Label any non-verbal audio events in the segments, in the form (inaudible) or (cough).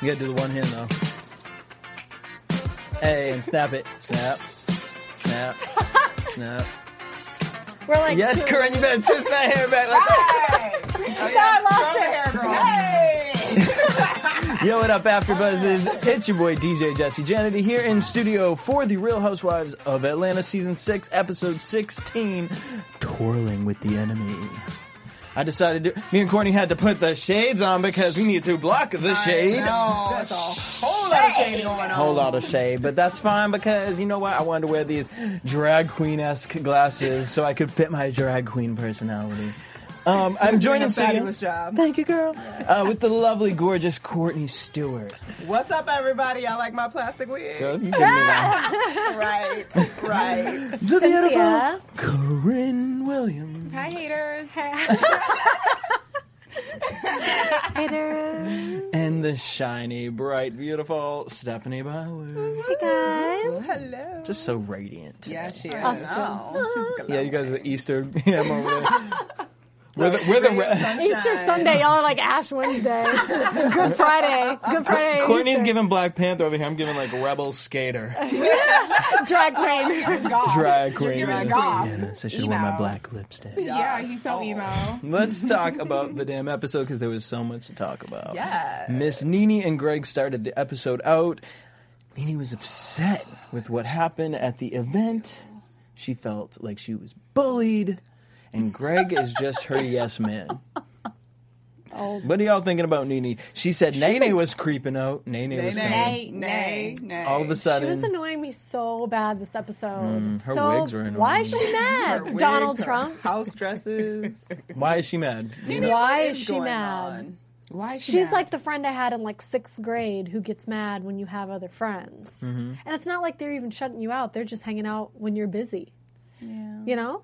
You gotta do the one hand though. Hey, and snap it. Snap. Snap. Snap. We're like, Yes, two- Corinne, you Oh, better twist that hair back like that. (laughs) No, I lost it. Yo, what up, AfterBuzzes? It's your boy DJ Jesse Janity here in studio for the Real Housewives of Atlanta Season 6, Episode 16, Twirling with the Enemy. I decided to, me and Courtney had to put the shades on because we need to block the shade. No, that's a whole lot of shade going on. whole lot of shade, but that's fine because you know what? I wanted to wear these drag queen esque glasses so I could fit my drag queen personality. Um, I'm doing joined in a studio- fabulous job. Thank you, girl. Uh, with the lovely, gorgeous Courtney Stewart. What's up, everybody? Y'all like my plastic wig? Girl, you give me that. (laughs) Right, right. The beautiful Cynthia. Corinne Williams. Hi, haters. (laughs) And the shiny, bright, beautiful Stephanie Bauer. Hello. Just so radiant. Yeah, she is. Yeah, you guys are the Easter. (laughs) Yeah, I'm over (laughs) there. We're the, we're the re- Easter Sunday, y'all are like Ash (laughs) Wednesday, Good Friday, Good Friday. Courtney's Easter. giving Black Panther over here. I'm giving like Rebel Skater. (laughs) drag queen. God. drag queen. giving it off. Yes, I should wear my Emo. black lipstick. Yeah, oh. he's so emo. Let's talk about the damn episode because there was so much to talk about. Yes. Miss Nini and Greg started the episode out. Nini was upset with what happened at the event. She felt like she was bullied, and Greg is just her yes man. What are y'all thinking about Nini? She said Nene was creeping out. Nene, was coming. Nay, nay, nay. All of a She sudden, was annoying me so bad this episode. Mm, her so wigs were annoying. why is she Her mad? wigs, Donald her Trump. House (laughs) dresses. why is she mad? Why What is she going mad? on? Why is she She's mad? like the friend I had in like sixth grade who gets mad when you have other friends, Mm-hmm. and it's not like they're even shutting you out. They're just hanging out when you're busy. Yeah. You know.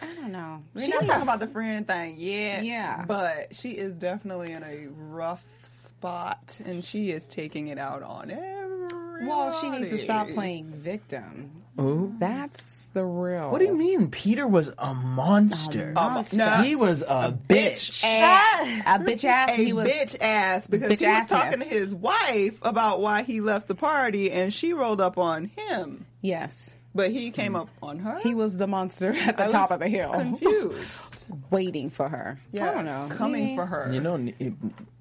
I don't know. We're She not is- talking about the friend thing yet. Yeah. But she is definitely in a rough spot, and she is taking it out on everybody. Well, she needs to stop playing victim. Ooh. That's the real. What do you mean? Peter was a monster. Oh. monster. No. He was a, bitch. Ass. A bitch ass. a he was. bitch ass because bitch he was ass talking ass. to his wife about why he left the party and she rolled up on him, Yes. but he came up on her. Mm. He was the monster (laughs) at the I was top of the hill, Confused. waiting for her. (laughs) I don't Yes, know. Coming Yeah. for her. You know, it-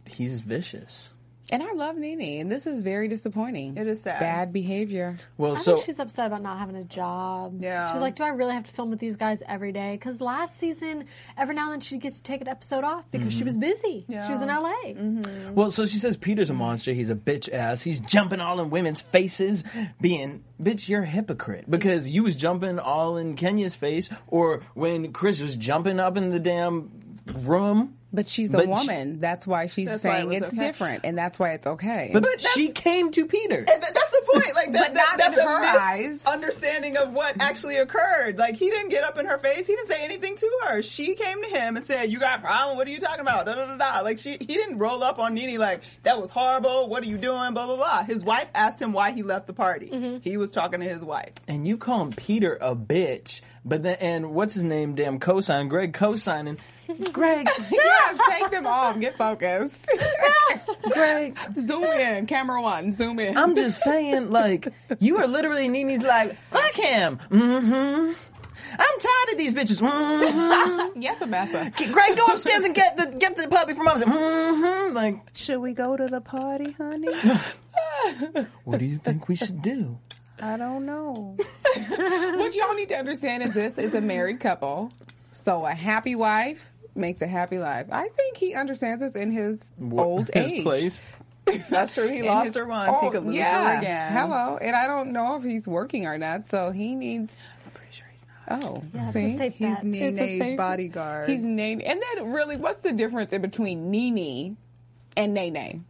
he's vicious. And I love Nene, and this is very disappointing. It is sad. Bad behavior. Well, I so think she's upset about not having a job. Yeah. She's like, do I really have to film with these guys every day? Because last season, every now and then she'd get to take an episode off because Mm-hmm. she was busy. She was in LA. well, so she says Peter's a monster. He's a bitch ass. He's jumping all in women's faces, being bitch. You're a hypocrite because you was jumping all in Kenya's face, or when Chris was jumping up in the damn room. But she's a But she- woman. that's why she's That's why it saying was it's okay. different, and that's why it's okay. But, she came to Peter. Th- That's the point. Like that, But that- not in that's her a eyes. misunderstanding of what actually occurred. Like he didn't get up in her face. He didn't say anything to her. She came to him and said, "You got a problem? What are you talking about?" Da da da da. Like she, he didn't roll up on Nene like that was horrible. What are you doing? Blah blah blah. His wife asked him why he left the party. Mm-hmm. He was talking to his wife. and you call him Peter a bitch, but then and what's his name? Damn cosign, Greg cosigning. Greg, yes, (laughs) take them off. Get focused. (laughs) (laughs) Greg. zoom in. Camera one. Zoom in. I'm just saying, like you are literally Nini's like fuck him. Mm-hmm. I'm tired of these bitches. Mm-hmm. yes, Amasa. Greg, go upstairs and get the get the puppy from upstairs. Mm-hmm. Like, Should we go to the party, honey? what do you think we should do? I don't know. What y'all need to understand is this is a married couple. So a happy wife makes a happy life. I think he understands this in his old His age. place. That's true. He In lost his- her once. he oh, could lose yeah. her again. Hello. And I don't know if he's working or not, so he needs Oh, it's a see? safe He's bet. It's a Nene's safe- bodyguard. He's Nene. And then really, what's the difference in between Nene and Nene?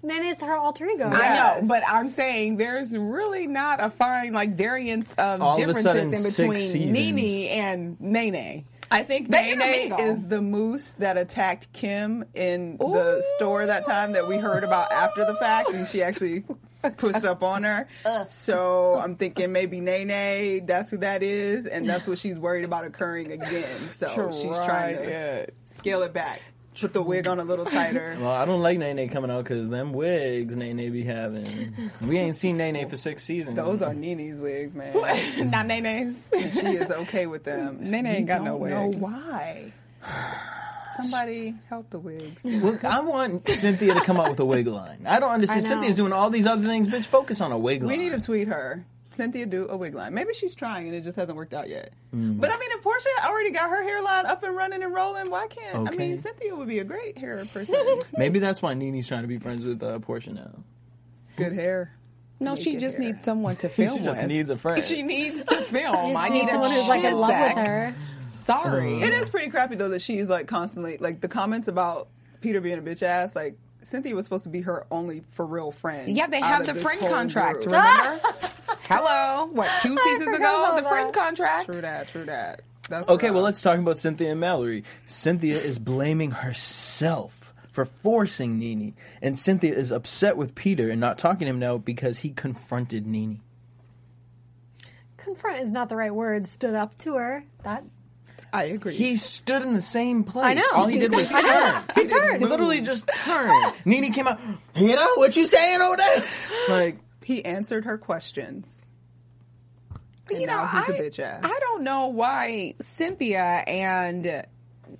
Nene's her alter ego. I know, but I'm saying there's really not a fine like variance of All of a differences sudden, six in between seasons. Nene and Nene. I think Nene They intermingle. is the moose that attacked Kim in the store that time that we heard about after the fact, and she actually pushed up on her. So I'm thinking maybe Nene, that's who that is, and that's what she's worried about occurring again. So she's trying to it. scale it back, put the wig on a little tighter. Well, I don't like Nene coming out because them wigs Nene be having. We ain't seen Nene for six seasons. Those are Nene's wigs, man. uh, (laughs) not Nene's. And she is okay with them. Nene ain't got no don't wig. know why. Somebody help the wigs. Look, I want Cynthia to come out with a wig line. I don't understand. I know. Cynthia's doing all these other things. Bitch, focus on a wig We line. need to tweet her. Cynthia do a wig line. Maybe she's trying and it just hasn't worked out yet. But I mean, if Portia already got her hairline up and running and rolling, why can't I Okay. mean Cynthia would be a great hair person. Maybe that's why Nene's trying to be friends with uh, Portia now. (laughs) Good hair. No, she Naked just hair. needs someone to She film just with. needs a friend. (laughs) she needs to film. I She need needs someone a who's like in shit love sack. with her. Sorry. It is pretty crappy though that she's like constantly like the comments about Peter being a bitch ass. Like Cynthia was supposed to be her only for real friend. Yeah, they out have of the this friend whole (laughs) contract, group. remember? Hello. What, two forgot seasons ago? about The friend that. contract? True that. True that. That's Okay, well, rough. let's talk about Cynthia and Mallory. Cynthia is blaming herself for forcing Nene, and Cynthia is upset with Peter and not talking to him now because he confronted Nene. Confront is not the right word. Stood up to her. That I agree. He stood in the same place. I know. All he did was (laughs) I know. turn. He turned. He literally just turned. Nene came out. You know what you saying over there? Like he answered her questions. you And know, now he's I, a bitch ass. I don't know why Cynthia and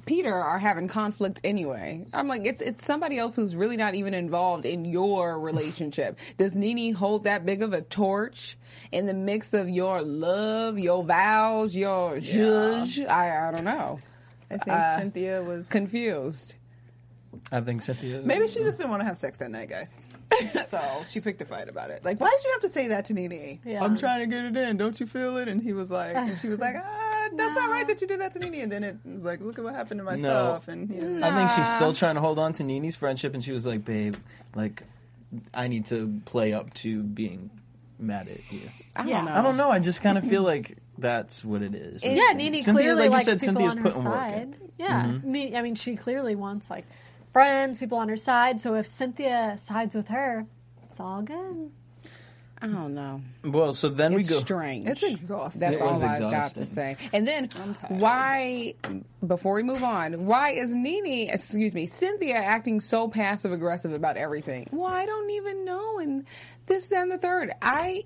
Peter are having conflict anyway. I'm like, it's it's somebody else who's really not even involved in your (laughs) relationship. Does Nene hold that big of a torch in the mix of your love, your vows, your zhuzh? I, I don't know. I think Cynthia was Confused. I think Cynthia. Maybe she just didn't want to have sex that night, guys. (laughs) so she picked a fight about it. Like, why did you have to say that to Nene? Yeah. I'm trying to get it in. Don't you feel it? And he was like, and she was like, ah, (laughs) that's not right that you did that to Nene. And then it was like, look at what happened to my No. stuff. And yeah. I think she's still trying to hold on to Nene's friendship, and she was like, "Babe, like, I need to play up to being mad at you." I Yeah. don't know. I don't know. I just kind of feel like that's what it is. yeah, Nene Cynthia, clearly like you likes said, people Cynthia's on her putting work Mm-hmm. in. side. Yeah, Ne- I mean, she clearly wants like friends, people on her side. So if Cynthia sides with her, it's all good. I don't know. Well, so then It's we go. strange. It's exhausting. That's It all was I've got exhausting. to say. And then why, before we move on, why is Nene, excuse me, Cynthia acting so passive aggressive about everything? Well, I don't even know. And this, then the third. I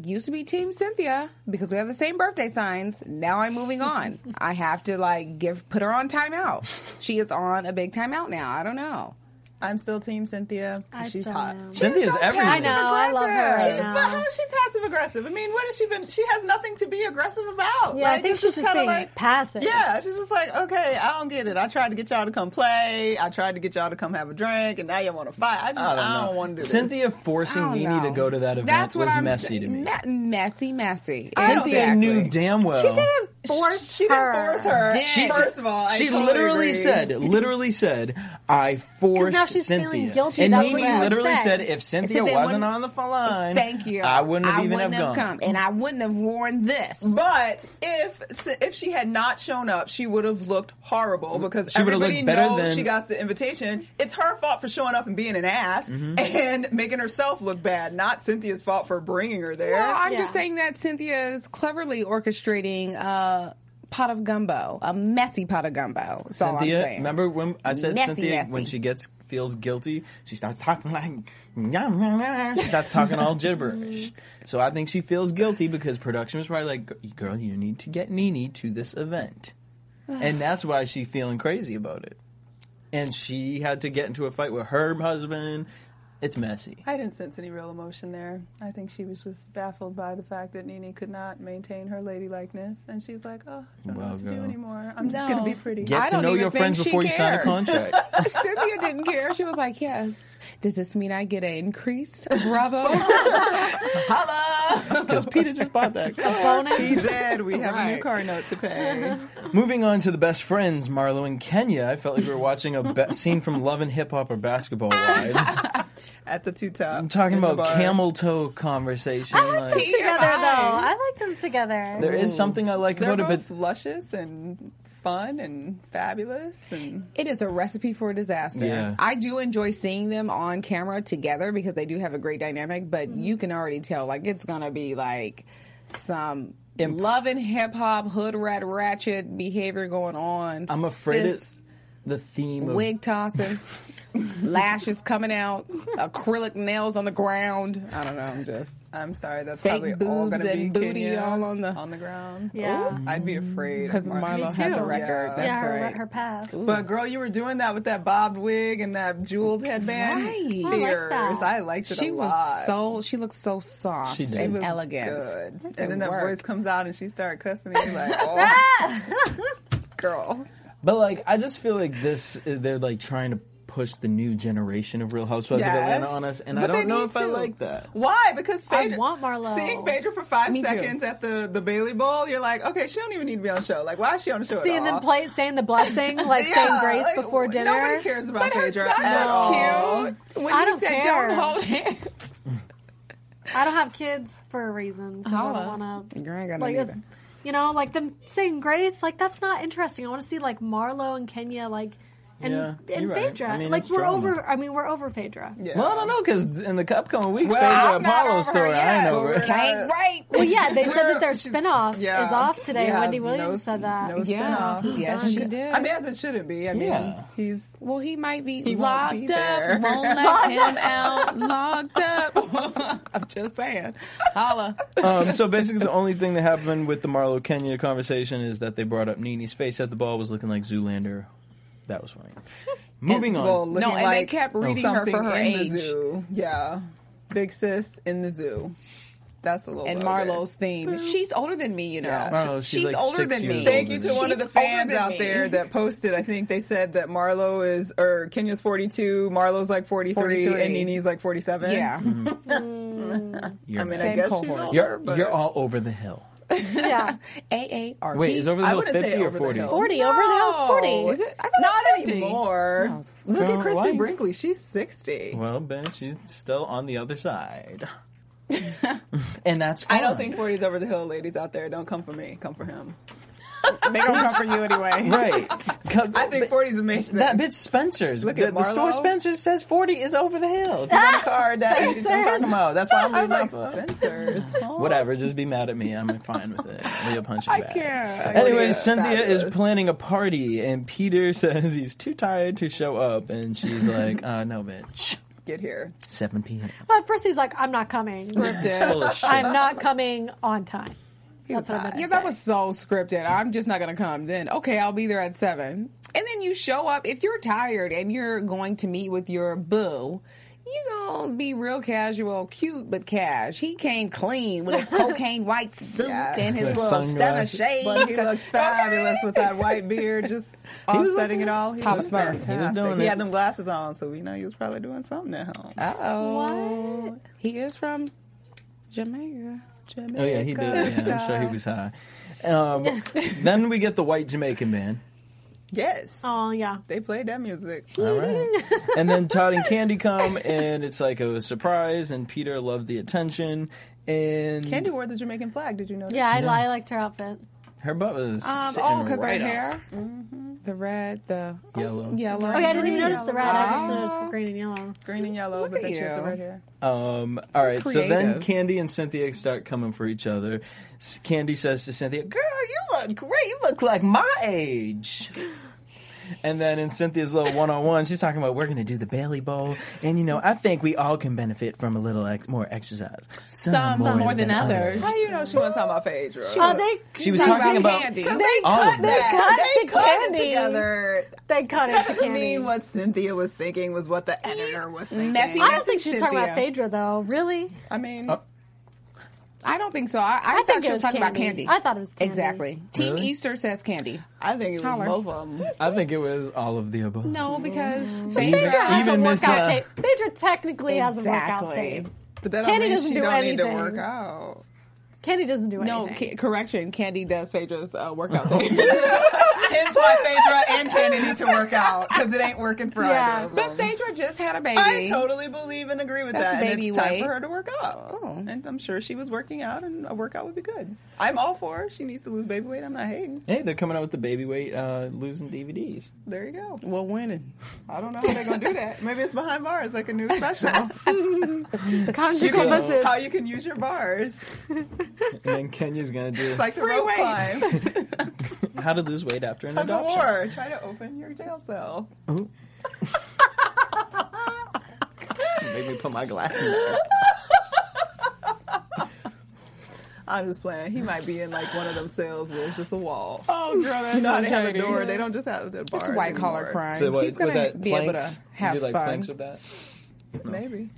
used to be Team Cynthia because we have the same birthday signs. Now I'm (laughs) moving on. I have to like give, put her on timeout. She is on a big timeout now. I don't know. I'm still Team Cynthia. I she's still hot. know. Cynthia's so everything. I know. I love her. She's I know. But how is she passive aggressive? I mean, what has she been? She has nothing to be aggressive about. Yeah, I Like, think it's she's just kinda being passive. Yeah, she's just like, okay, I don't get it. I tried to get y'all to come play. I tried to get y'all to come have a drink, and now y'all want to fight. I just, I I don't know. don't, want to do this. Cynthia I forcing don't Nene to know. go to that event Oh, That's what was I'm messy to saying. me. Me- messy, messy. Cynthia Exactly. knew damn well. She did a forced she her. didn't force her. Did. She's- First of all, I she totally literally agree. said, literally said, I forced now she's Cynthia. feeling guilty, And that's Nene what I literally said. said, if Cynthia If it wasn't wouldn't- on the phone line, Thank you. I wouldn't have I even wouldn't have gone. come, and I wouldn't have worn this. But if if she had not shown up, she would have looked horrible because Mm-hmm. She would have everybody looked better knows than- she got the invitation. It's her fault for showing up and being an ass Mm-hmm. and making herself look bad, not Cynthia's fault for bringing her there. Well, I'm just Yeah. saying that Cynthia is cleverly orchestrating a pot of gumbo, a messy pot of gumbo. That's all I'm Cynthia, saying. remember when I said Messy, Cynthia messy. when she gets feels guilty, she starts talking like "Nyam, nyam, nyam," she starts talking (laughs) all gibberish. So I think she feels guilty because production was probably like, "G- "Girl, you need to get Nene to this (sighs) event," and that's why she's feeling crazy about it. And she had to get into a fight with her husband. It's messy. I didn't sense any real emotion there. I think she was just baffled by the fact that Nene could not maintain her ladylikeness, and she's like, "Oh, I don't know what to do girl. anymore. I'm just No. gonna be (laughs) pretty." Get I to don't know even your think friends she before you sign a cares. contract. (laughs) Cynthia didn't care. She was like, "Yes. Does this mean I get an increase, (laughs) Bravo? Holla!" Because Peter just bought that. He said, "We have a new Right. car note to pay." Moving on to the best friends, Marlo and Kenya. I felt like we were watching a be- (laughs) scene from Love and Hip Hop or Basketball Wives. (laughs) At the two top. I'm talking in the about bar. camel toe conversation. I like, like them together though. TMI. I like them together. there is something I like They're about both it, but luscious and fun and fabulous, and It is a recipe for disaster. Yeah. I do enjoy seeing them on camera together because they do have a great dynamic, but Mm-hmm. you can already tell like it's gonna be like some Imp- loving hip hop, hood rat ratchet behavior going on. I'm afraid Fist it's the theme of (laughs) wig tossing, lashes coming out, acrylic nails on the ground. I don't know, I'm just I'm sorry, that's Fake probably all boobs gonna be and booty Kenya all on the- ground. Yeah. Ooh. I'd be afraid because Marlo has too. a record. Yeah. That's yeah, her, right. her path. But girl, you were doing that with that bobbed wig and that jeweled headband. Right. I like Fierce. that. I liked it she a was lot. so she looked so soft She did. and She was elegant. Good. That And didn't then that work. voice comes out and she started cussing and you're (laughs) like, oh, girl. But like, I just feel like this. uh, They're like trying to push the new generation of Real Housewives of Atlanta Yes. on us, and But I they don't know need if I to. like that. Why? Because I Phaedra- want Marlo. Seeing Phaedra for five Me too. seconds at the, the Bailey Bowl, you're like, okay, she don't even need to be on the show. Like, why is she on the show? Seeing at all? them play, saying the blessing, (laughs) like saying grace like, before dinner. Nobody cares about But her Phaedra. son at was all. cute. When I he don't said, care. "Don't hold (laughs) hands," I don't have kids for a reason. 'cause I Uh-huh. Holla. don't want to. You ain't got no like, neither. it's- you know, like them saying grace. Like that's not interesting. I want to see like Marlo and Kenya, like and Yeah, and you're right. Phaedra. I mean, like it's we're drama. over. I mean, we're over Phaedra. Yeah. Well, I don't know because in the upcoming weeks, Well, well, I'm the not Apollo over her story, I ain't yet, but over. we're it. not- ain't right. Well, yeah, they said that their She's- spinoff yeah. is off today. Yeah, Wendy no Williams s- said that. no Yeah, spinoff. yes, she did. I mean, as it shouldn't be. I mean, Yeah. he's well, he might be He won't locked be there. (laughs) up. Won't let him out. Locked up. (laughs) I'm just saying. Holla. Um, so basically, the only thing that happened with the Marlo Kenya conversation is that they brought up Nene's face at the ball was looking like Zoolander. That was funny. Moving on. well, looking and they like kept reading her for something her in age. The zoo. Yeah, big sis in the zoo. That's a little. And low, guys. Marlo's theme. She's older than me, you know. Oh, Yeah. Marlo, she's like older six than me. years Thank you to She's one of the older fans than out me. there that posted. I think they said that Marlo is or Kenya's 42, Marlo's like 43, 43. and Nene's like 47. Yeah. You're I mean, I Same guess she's cohort. older, You're but- you're all over the hill. yeah, AARP. Wait, is over the I hill wouldn't say fifty or over the forty? hill. forty over the house forty. Is it? I thought Not it was 50. anymore. Look Girl, at Christy why- Brinkley. She's 60. Well, Ben, she's still on the other (laughs) side, and that's fine. I don't think 40's over the hill, ladies out there. Don't come for me. Come for him. They don't come for you anyway. right. (laughs) I think 40's amazing. that bitch Spencer's. Look the, at the store Marlo. Spencer's says forty is over the hill. If you (laughs) want a car, that that's what I'm talking about. That's why I'm I was leaving like, off. Spencer's. Oh. Whatever, just be mad at me. I'm fine with it. Be a punch in the I bag. can't. Anyway, Yeah, Cynthia is fabulous. planning a party, and Peter (laughs) says he's too tired to show up, and she's like, uh, "No, bitch, Get here. 7 (laughs) p.m. Well, at first he's like, "I'm not coming. Full of shit. (laughs) I'm not coming on time." That's what I meant to Yeah, that say. was so scripted. I'm just not gonna come. Then okay, I'll be there at seven. And then you show up if you're tired and you're going to meet with your boo. You gonna be real casual, cute but cash. He came clean with his cocaine white suit Yeah. and his With little stunner sunglasses. shades. But he looks fabulous with that white beard, just was offsetting it all. He Papa looks Smurf. He was fantastic. doing He it. had them glasses on, so we know he was probably doing something at home. Uh oh. He is from Jamaica. Jamaica Oh yeah, he did. Yeah, I'm sure he was style. high. Um, then we get the white Jamaican band. Yes. Oh yeah. They played that music. All (laughs) right. and then Todd and Candy come, and it's like a surprise. And Peter loved the attention, and Candy wore the Jamaican flag. Did you know that? Yeah, I, I liked her outfit. her butt was Um, sitting oh, because right her up. hair, the red, the oh, Yellow. yellow. Oh yeah, I didn't even notice the red. I just Wow. noticed the green and yellow. Green and yellow, Look but at then she has the you. red hair. Um, all right, so then creative. Candy and Cynthia start coming for each other. S- Candy says to Cynthia, "Girl, you look great. You look like my age." And then in Cynthia's little one-on-one, she's talking about we're going to do the Bailey Bowl, and you know I think we all can benefit from a little ex- more exercise. Some, more than others. How do you know she wasn't talking about Paige? Rose? Oh, they She was they talking cut- about Candy. they all cut of they that. cut they to cut candy. it together. They cut it to I candy. mean, what Cynthia was thinking was what the editor was thinking. Messy. I don't think she's talking about Cynthia. Phaedra though. Really? I mean, Oh. I don't think so. I, I, think thought it she was was talking about candy. candy. I thought it was candy. Exactly. Team Really? Easter says candy. I think it was Holler. both of them. I think it was all of the above. No, because Oh, Phaedra has Even a Miss, workout uh, tape. Phaedra technically has a workout Exactly. tape. But that Candy don't mean doesn't she do not need to anything. work out. Candy doesn't do No, anything. ca- correction. Candy does Phaedra's uh, (laughs) workout. Hence why Phaedra and Candy need to work out because it ain't working for Yeah. either of but them. Phaedra just had a baby. I totally believe and agree with That's that. and baby it's time weight. for her to work out. Oh. And I'm sure she was working out, and a workout would be good. I'm all for her. She needs to lose baby weight. I'm not hating. Hey, they're coming out with the baby weight uh, losing DVDs. There you go. well, winning. I don't know how they're going to do that. Maybe it's behind bars, like a new (laughs) special. Conjugal So- visits. how you can use your bars. And then Kenya's gonna do It's like the rope weight. climb. how to lose weight after an Tug of adoption. war. Try to open your jail cell. Make me put my glasses. on. I'm just playing. He might be in like one of them cells where it's just a wall. Oh, girl, (laughs) that's You know how so they have a shady. door. They don't just have the bar. It's white collar anymore. crime. So what, He's gonna was that be able planks? to have you do, like fun. planks with that? Maybe.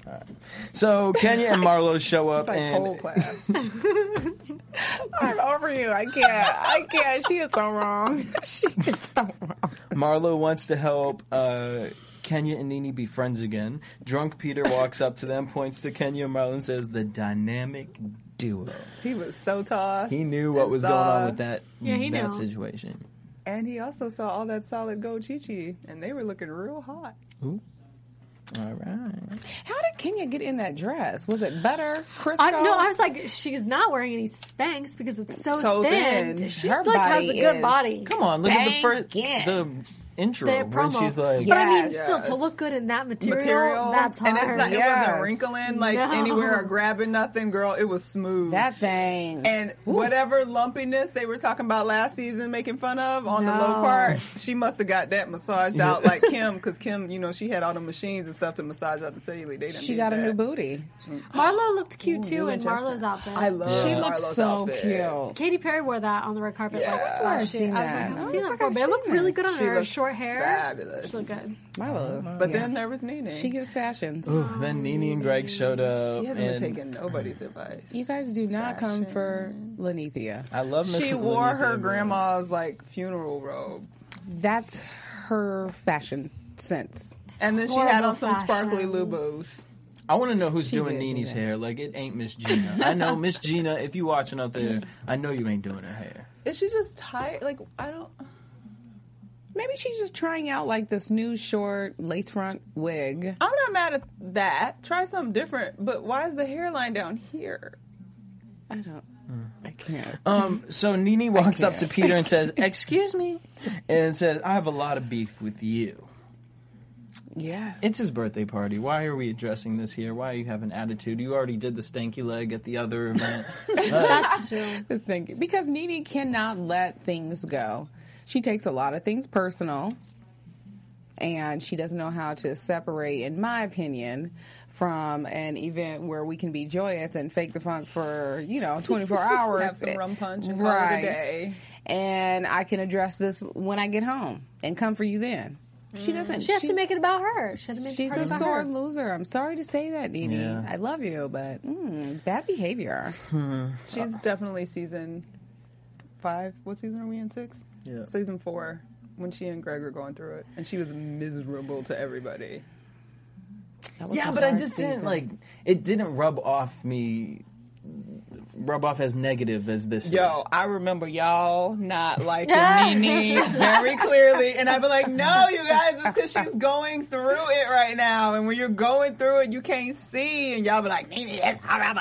So Kenya and Marlo show up (laughs) It's like and pole class. (laughs) I'm over you. I can't. I can't. She is so wrong. She is so wrong. Marlo wants to help uh, Kenya and Nini be friends again. Drunk (laughs) Peter walks up to them, points to Kenya and Marlo and says, the dynamic duo. he was so tossed. He knew what and was saw- going on with that, Yeah, he that knew. situation. And he also saw all that solid gold chi chi, and they were looking real hot. All right. How did Kenya get in that dress? Was it butter, Crisco? I, no, I was like, she's not wearing any Spanx because it's so, So thin. thin. She Her like has a body good is- body. Come on, look at the Bang first in. the intro The when promo. she's like, but I mean, Yes. still to look good in that material, Material. that's hard. And it's not, it wasn't Yes. wrinkling like No. anywhere or grabbing nothing, girl. It was smooth. that thing. and whatever lumpiness they were talking about last season, making fun of on the No. low part, she must have got that massaged out (laughs) like Kim, because Kim, you know, she had all the machines and stuff to massage out the cellulite. They didn't she need got a that. new booty. Marlo looked cute too New in injection. Marlo's outfit. I love. She Uh, Marlo's looked so outfit. cute. Katy Perry wore that on the red carpet. Yeah. Like, I've that's where never she- seen I was that. like, I I haven't seen was that like, before, I've but it looked seen really this. good on She her looks short hair. fabulous. She looked good. Marlo. But then there was Nene. she gives fashions. Ooh, then Nini and Greg showed up. She hasn't and been taking nobody's advice. You guys do not come for Lanethia. I love Miss She Lenita wore her Abrams. grandma's like funeral robe, That's her fashion sense. and then she Horrible had on some sparkly fashion. Lubos. I want to know who's doing did do Nini's that. hair. Like it ain't Miss Gina. I know Miss Gina. If you watching out there, I know you ain't doing her hair. Is she just tired? Like I don't. Maybe she's just trying out like this new short lace front wig. I'm not mad at that. Try something different. But why is the hairline down here? I don't. I can't. Um. So Nini walks up to Peter and says, "Excuse me," and says, "I have a lot of beef with you." Yeah. It's his birthday party. Why are we addressing this here? Why you have an attitude? You already did the stanky leg at the other event. That's true. This thing because Nene cannot let things go. She takes a lot of things personal, and she doesn't know how to separate, in my opinion, from an event where we can be joyous and fake the funk for you know (laughs) 24 hours, Have some rum punch and call it a day. And I can address this when I get home and come for you then. She doesn't. She has to make it about her. She had to make She's the a party about sore her. loser. I'm sorry to say that, Nene. Yeah. I love you, but mm, bad behavior. She's definitely season five. What season are we in? Six. Yeah. Season four. When she and Greg were going through it, and she was miserable to everybody. That was yeah, a but I hard just season. didn't like. It didn't rub off me rub off as negative as this Yo, I remember y'all not liking Nene very clearly, and I'd be like, "No, you guys, it's because she's going through it right now, and when you're going through it, you can't see." And y'all be like, "Nene is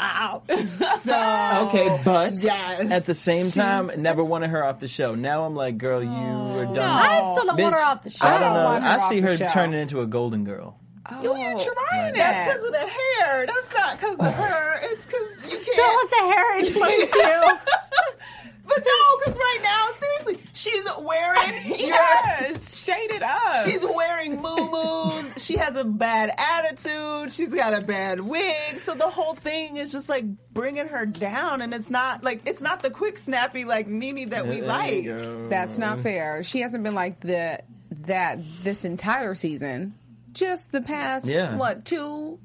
horrible." is. so Oh, Okay, but Yes. at the same time, never wanted her off the show. Now I'm like, girl, you Oh. are done. I still don't want her Bitch, off the show. I don't know. want her I see off the her show. turning into a golden girl. You ain't trying it. that's because of the hair. That's not because of her. It's because you can't. Don't let the hair influence you. (laughs) but no, because right now, seriously, she's wearing your (laughs) yes, shade it up. She's wearing moo-moos. she has a bad attitude. She's got a bad wig. So the whole thing is just like bringing her down. And it's not like, it's not the quick snappy like Nene that we like. That's not fair. She hasn't been like the that this entire season. Just the past Yeah. what two,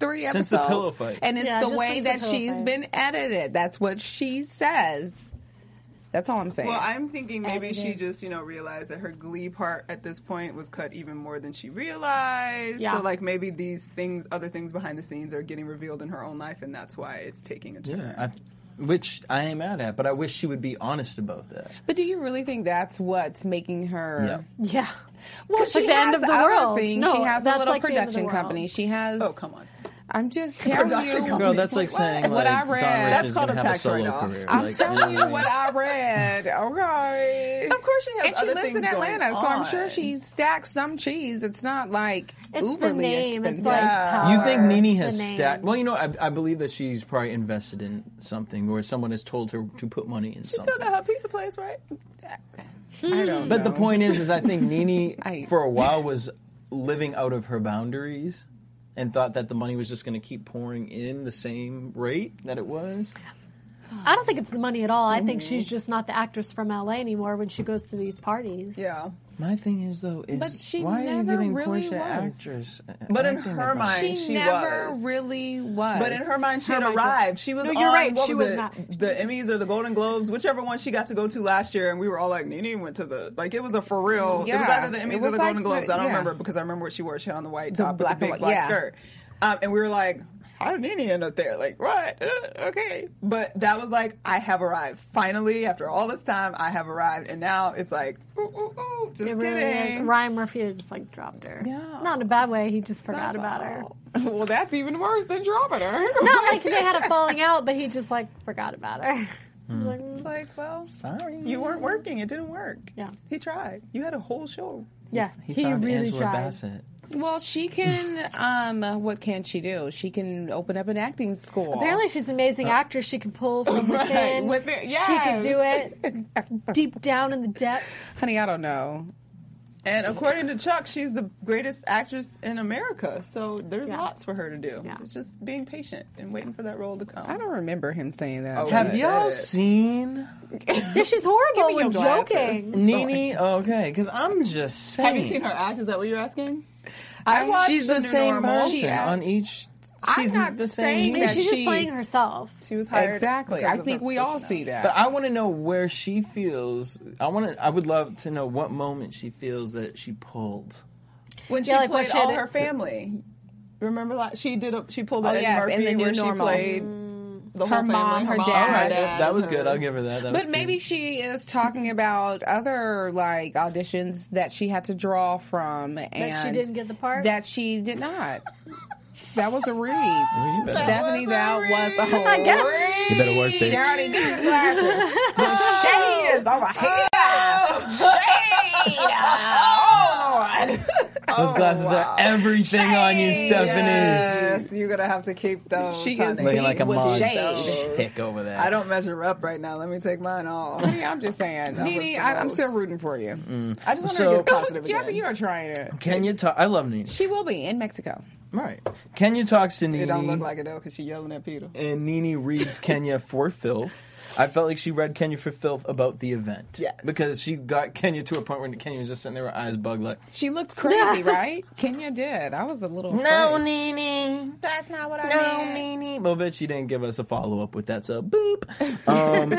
three episodes Since the pillow fight. and it's Yeah, the just since way the that pillow she's fight. been edited. That's what she says. That's all I'm saying. Well, I'm thinking maybe she just, you know, realized that her glee part at this point was cut even more than she realized. Yeah. So like maybe these things, other things behind the scenes are getting revealed in her own life. And that's why it's taking a turn. Yeah, I, which I am mad at, but I wish she would be honest about that. but do you really think that's what's making her? Yeah. Yeah. (laughs) Well, It's like she the has end of the other world. things. No, she has a that's little like the end of the production world. company. She has. Oh, come on. I'm (laughs) just telling Production you. company. Girl, that's like saying What like, I read- Don Rich That's is called gonna have a a tax solo write-off. career. I'm like, telling you really. what I (laughs) read. Okay. Of course she has And she other lives things in Atlanta, going so I'm sure on. she stacks some cheese. It's not like It's uberly the name. expensive. It's like power. You think Nene It's has the name. stacked? Well, you know, I, I believe that she's probably invested in something, or someone has told her to put money in She something. still got her pizza place, right? I don't But the know. point is, is I think Nene (laughs) I- for a while was living out of her boundaries and thought that the money was just going to keep pouring in the same rate that it was. I don't think it's the money at all. I think she's just not the actress from LA anymore when she goes to these parties. Yeah. My thing is though, is But she why are you never giving really Portia was. actress? uh, But in acting her advice? mind, she, she never was. really was. But in her mind, she Her had mind, she- arrived. She was No, you're on, right, What she was, was it? not. The Emmys or the Golden Globes, whichever one she got to go to last year, and we were all like, Nene went to the like it was a for real. It was Yeah. either the It Emmys or was the like Golden Globes. the- I don't yeah. remember because I remember what she wore. She had on the white The top black with and the big white- black yeah. skirt, um, and we were like. How did Nene end up there? Like, what? Uh, okay. But that was like, I have arrived. Finally, after all this time, I have arrived. And now it's like, ooh, ooh, ooh, just It really is. kidding. Ryan Murphy just like dropped her. Yeah. Not in a bad way. He just forgot about her. (laughs) well, that's even worse than (laughs) dropping her. Not like they had (laughs) a falling out, but he just like forgot about her. (laughs) Like, Like, well, Sorry. you weren't working. It didn't work. Yeah. He tried. You had a whole show. yeah, He, he, found really Angela tried. Bassett. well, she can. Um, what can she do? She can open up an acting school. Apparently, she's an amazing actress. She can pull (laughs) from within. with it, She can yes. do (laughs) it deep down in the depths. honey, I don't know. And according to Chuck, she's the greatest actress in America. So there's Yeah. lots for her to do. Yeah. It's just being patient and waiting for that role to come. I don't remember him saying that. Oh, Have Bassett. y'all seen Yeah, she's horrible me your when glasses. joking. Nene? Okay, because I'm just saying. Have you seen her act? Is that what you're asking? I watched She's the the new same normal. person She- on each. I'm She's not the saying same. I mean, that she's just she- playing herself. She was hired. Exactly. because I of think her we all personality. see that. But I want to know where she feels. I want to. I would love to know what moment she feels that she pulled. When she Yeah, like when played she all had it- her family. Remember that she did a she pulled Oh, out Eddie yes, in Murphy the new where normal. she played the whole Her family, mom, her mom, dad. her Alright, dad. that was her- good. I'll give her that. that was But maybe good. she is talking about other like auditions that she had to draw from and That she didn't get the part? That she did not. that was a read. Oh, You better- Stephanie, that was a whole I guess. read. You better work, bitch. She already did glasses. The shade Oh, is over here. Shade. Oh, Lord. Those glasses are everything on you, Stephanie. Yes, you're gonna have to keep those. She is honey. Looking like a With mug shade. chick over there. I don't measure up right now. Let me take mine (laughs) off. Hey, I'm just saying. Nene, the I, I'm most. still rooting for you. I just want Mm. So- her to get a (laughs) positive Jessica, again. you are trying it. Can you talk? I love Nene. She will be in Mexico. Right. Kenya talks to Nene. It don't look like it though, because she yelling at Peter. and Nene (laughs) reads Kenya for filth. I felt like she read Kenya for filth about the event. Yes. Because she got Kenya to a point where Kenya was just sitting there with her eyes bugged like, She looked (laughs) crazy, right? Kenya did. I was a little. No, afraid. Nene. that's not what I No, Nene. Well, bitch, she didn't give us a follow up with that, so boop. (laughs) Um,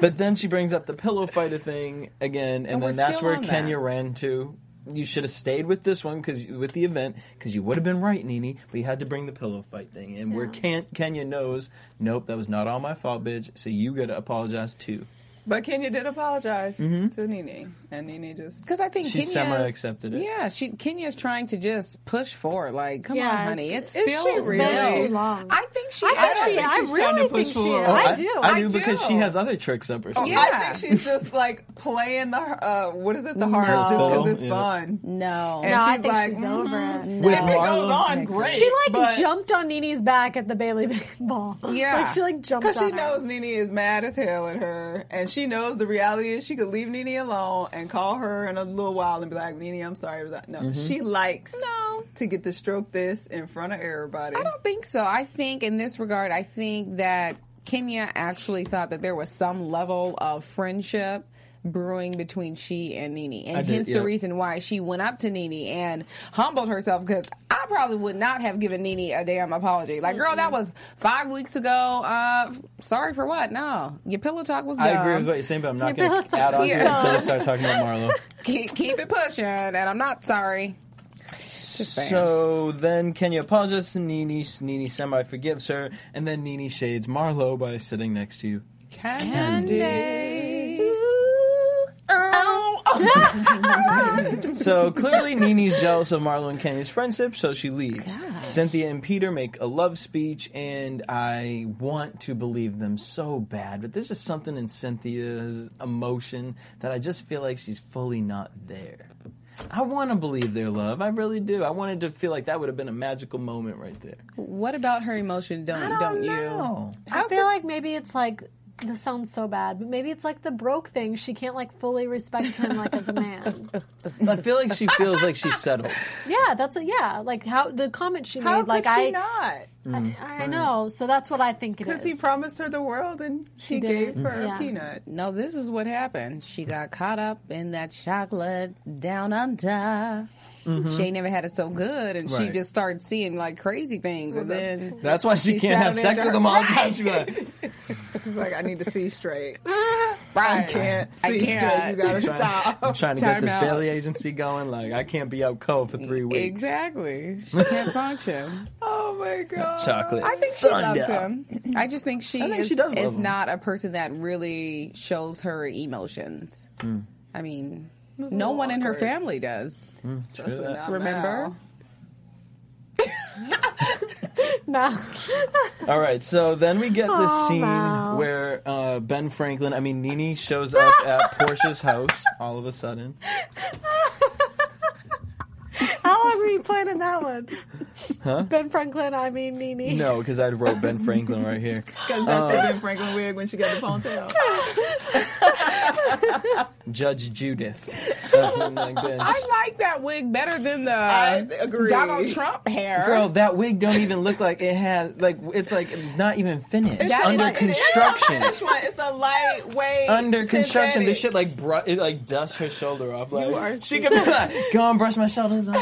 but then she brings up the pillow fighter thing again, and, And we're then that's still where on that. Kenya ran to you should have stayed with this one because with the event because you would have been right, Nene. But you had to bring the pillow fight thing in where Ken, Kenya knows, nope, that was not all my fault, bitch. So you gotta apologize too. But Kenya did apologize to Nene, and Nene just Because I think She Kenya's- semi-accepted it. Yeah, she Kenya's trying to just push forward. Like, come Yeah, on, it's- honey, it's, is still she really? real. It's been too long. I think she. I I think she. think I she's trying to really push think she. forward. is. I I do. Oh, I, I do because she do. Oh, has other tricks up her sleeve. yeah. I think she's just like playing the uh, what is it, the harp, just because it's Yeah. fun. And No. no, I she's think like, she's "Mm, over it. If it goes Marlo- on, great. She like but- jumped on Nini's back at the Bailey (laughs) ball. Yeah. like she like jumped on Because she her. knows Nene is mad as hell at her, and she knows the reality is she could leave Nene alone and call her in a little while and be like, Nene, I'm sorry. it was- No, she likes No. to get to stroke this in front of everybody. I don't think so. I think in this regard, I think that Kenya actually thought that there was some level of friendship brewing between she and Nene, and I did, hence yeah. the reason why she went up to Nene and humbled herself. Because I probably would not have given Nene a damn apology. Like, girl, that was five weeks ago. Uh, sorry for what? No, your pillow talk was. Dumb. I agree with what you're saying, but I'm (laughs) not Your gonna pillow add on to talk it is until we dumb. (laughs) start talking about Marlo. Keep, keep it pushing, and I'm not sorry. saying. So then Kenya apologizes to Nini. Nini semi forgives her, and then Nini shades Marlo by sitting next to Candy. oh. oh. so clearly, Nini's jealous of Marlo and Kenya's friendship, so she leaves. Cynthia and Peter make a love speech, and I want to believe them so bad, but there's just something in Cynthia's emotion that I just feel like she's fully not there. I want to believe their love. I really do. I wanted to feel like that would have been a magical moment right there. (laughs) What about her emotion? Don't don't, you? know. I feel like maybe it's like this sounds so bad, but maybe it's like the broke thing. She can't like fully respect him like as (laughs) a man. I feel like she feels like she's settled. yeah, that's a, yeah. Like how the comment she How made. could Like she I, not? Mm, I, I know. So that's what I think it is. Because he promised her the world, and she, She did. gave her Yeah. a peanut. No, this is what happened. She got caught up in that chocolate down under. She ain't never had it so good, and she Mm-hmm. Right. just started seeing like crazy things, and then That's why she, She's can't have settled sex into with her- him all the time. She's like, She's like, I need to see straight. I Right. can't see I straight. You can't. gotta trying, stop. I'm trying to get Time this out. Bailey agency going. Like, I can't be out cold for three weeks. (laughs) Exactly, she can't function. Oh my god. Chocolate. I think she loves Thunder. him. I just think she think is, she does love is him. not a person that really shows her emotions. Hmm. I mean, no one in her family does. Especially not Remember? now. no. All right, so then we get this Aw, scene Mal. where uh, Ben Franklin, I mean Nini, shows (laughs) up at Portia's house all of a sudden. How (laughs) long were you planning that one? Ben Franklin. I mean Nene. No, because I wrote Ben Franklin right here. Because that's the Ben Franklin wig when she got the ponytail. Judge Judith. That's in like this. I like that wig better than the I agree. Donald Trump hair. Girl, that wig don't even look like it has like it's like not even finished. It's under like- construction. It's a, one. It's a lightweight. under construction, this shit synthetic. like bru- it like dusts her shoulder off. Like are she could be like, "Go and brush my shoulders off."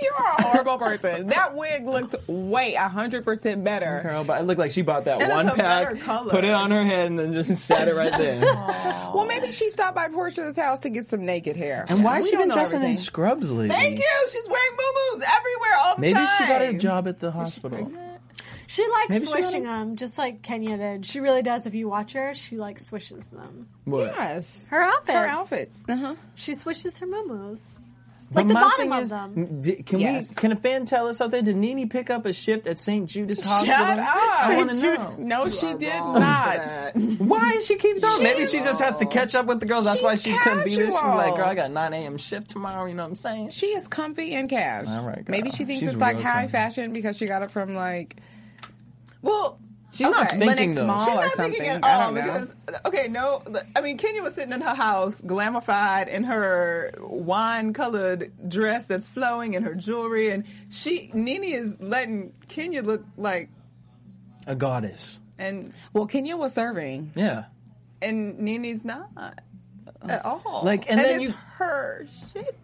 You are a horrible person. That wig looks way hundred percent better. Girl, but it looked like she bought that And it's one a better pack, color. put it on her head, and then just (laughs) sat it right there. Well, maybe she stopped by Portia's house to get some naked hair. and why We has she don't been know dressing in everything. scrubs lately? Thank you. She's wearing boo boos everywhere all the Maybe time. she got a job at the hospital. She likes Maybe she swishing them, just like Kenya did. She really does. If you watch her, she like swishes them. What? Yes, Her outfit. her outfit. Uh huh. She swishes her mumus. But Like the my bottom thing of is, them. d- can Yes. we? Can a fan tell us out there? Did Nini pick up a shift at St. Judas Hospital? up. I want to know. No, she did not. Why does she keep doing? Maybe she She's- just has to catch up with the girls. That's why She's she couldn't be there. She was like, casual. "Girl, I got 9 a.m. shift tomorrow." You know what I'm saying? She is comfy and cash. All right, girl. Maybe she thinks She's it's like real high comfy. fashion because she got it from like Well, She's not okay, thinking Linux though. Mall she's or not something. thinking at I all don't know. because okay, no. I mean, Kenya was sitting in her house, glamified in her wine-colored dress that's flowing, and her jewelry, and she Nini is letting Kenya look like a goddess. and well, Kenya was serving. Yeah. and Nini's not at all. Like, and then it's you- her shit.